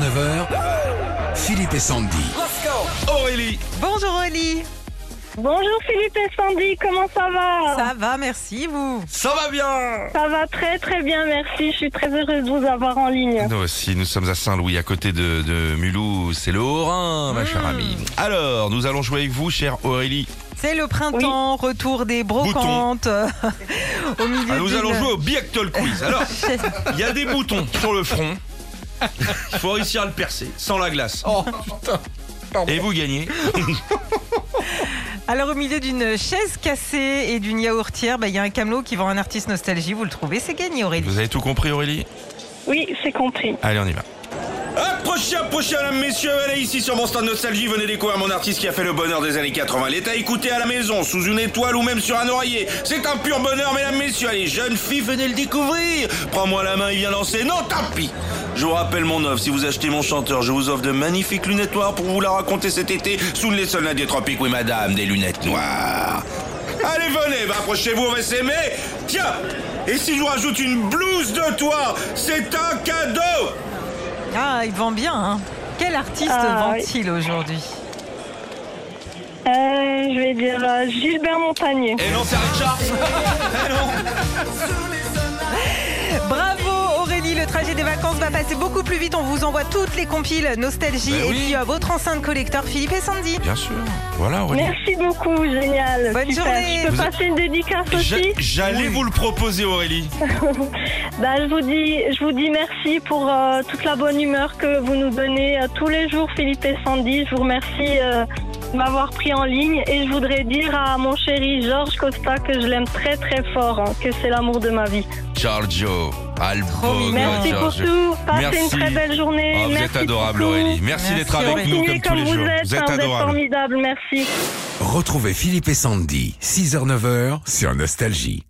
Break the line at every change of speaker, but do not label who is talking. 6h-9h, Philippe et Sandy.
Aurélie
Bonjour Aurélie
Bonjour Philippe et Sandy, comment ça va
Ça va, merci vous
Ça va bien
Ça va très très bien, merci. Je suis très heureuse de vous avoir en ligne.
Nous aussi, nous sommes à Saint-Louis, à côté de, de Mulhouse. C'est le Haut-Rhin, ma chère amie. Alors, nous allons jouer avec vous, chère Aurélie.
C'est le printemps, retour des brocantes
Ah,
au milieu
nous
d'une-
allons jouer au Biactol Quiz. Alors, il y a des boutons sur le front. Il faut réussir à le percer, sans la glace. Et vous gagnez.
Alors au milieu d'une chaise cassée et d'une yaourtière, bah, il y a un camelot qui vend un artiste nostalgie, vous le trouvez, c'est gagné Aurélie.
Vous avez tout compris, Aurélie
Oui, c'est compris.
Allez, on y va. Approchez, approchez, mesdames, messieurs, allez ici sur mon stand Nostalgie, venez découvrir mon artiste qui a fait le bonheur des années 80. L'état écouté à la maison, sous une étoile ou même sur un oreiller. C'est un pur bonheur, mesdames, messieurs. Allez, jeunes filles, venez le découvrir. Prends-moi la main et viens lancer. Non, tant pis. Je vous rappelle mon offre. Si vous achetez mon chanteur, je vous offre de magnifiques lunettes noires pour vous la raconter cet été sous les soleils des tropiques. Oui, madame, des lunettes noires. Allez, venez, va, approchez-vous, on va s'aimer. Tiens, et si je vous rajoute une blouse de toi, c'est un cadeau.
Ah, il vend bien, hein Quel artiste
Ah,
vend-il aujourd'hui
Euh, je vais dire euh, Gilbert Montagnier.
Et non, c'est Richard
Bravo Aurélie, le trajet des vacances va passer beaucoup plus vite, on vous envoie toutes les compiles nostalgie
Ben
et
oui.
puis euh, votre enceinte collecteur Philippe et Sandy.
Bien sûr. Voilà,
Merci beaucoup, génial.
Bonne
Super.
journée.
Je peux
Vous-
passer une dédicace aussi
J'allais vous le proposer, Aurélie.
bah, je, vous dis, je vous dis merci pour euh, toute la bonne humeur que vous nous donnez euh, tous les jours, Philippe et Sandy. Je vous remercie euh, de m'avoir pris en ligne et je voudrais dire à mon chéri Georges Costa que je l'aime très très fort, hein, que c'est l'amour de ma vie.
Giorgio,
Trop
Albo,
mignon.
Merci pour
Giorgio.
tout. Passez
Merci.
une très belle journée.
Oh, vous
Merci
êtes adorable,
pour tout.
Aurélie. Merci,
Merci,
d'être avec
Aurélie.
nous
Continuez
comme tous les jours.
Vous
Vous
êtes, hein,
êtes adorable.
formidable. Merci.
Retrouvez Philippe et Sandy, 6h-9h sur Nostalgie.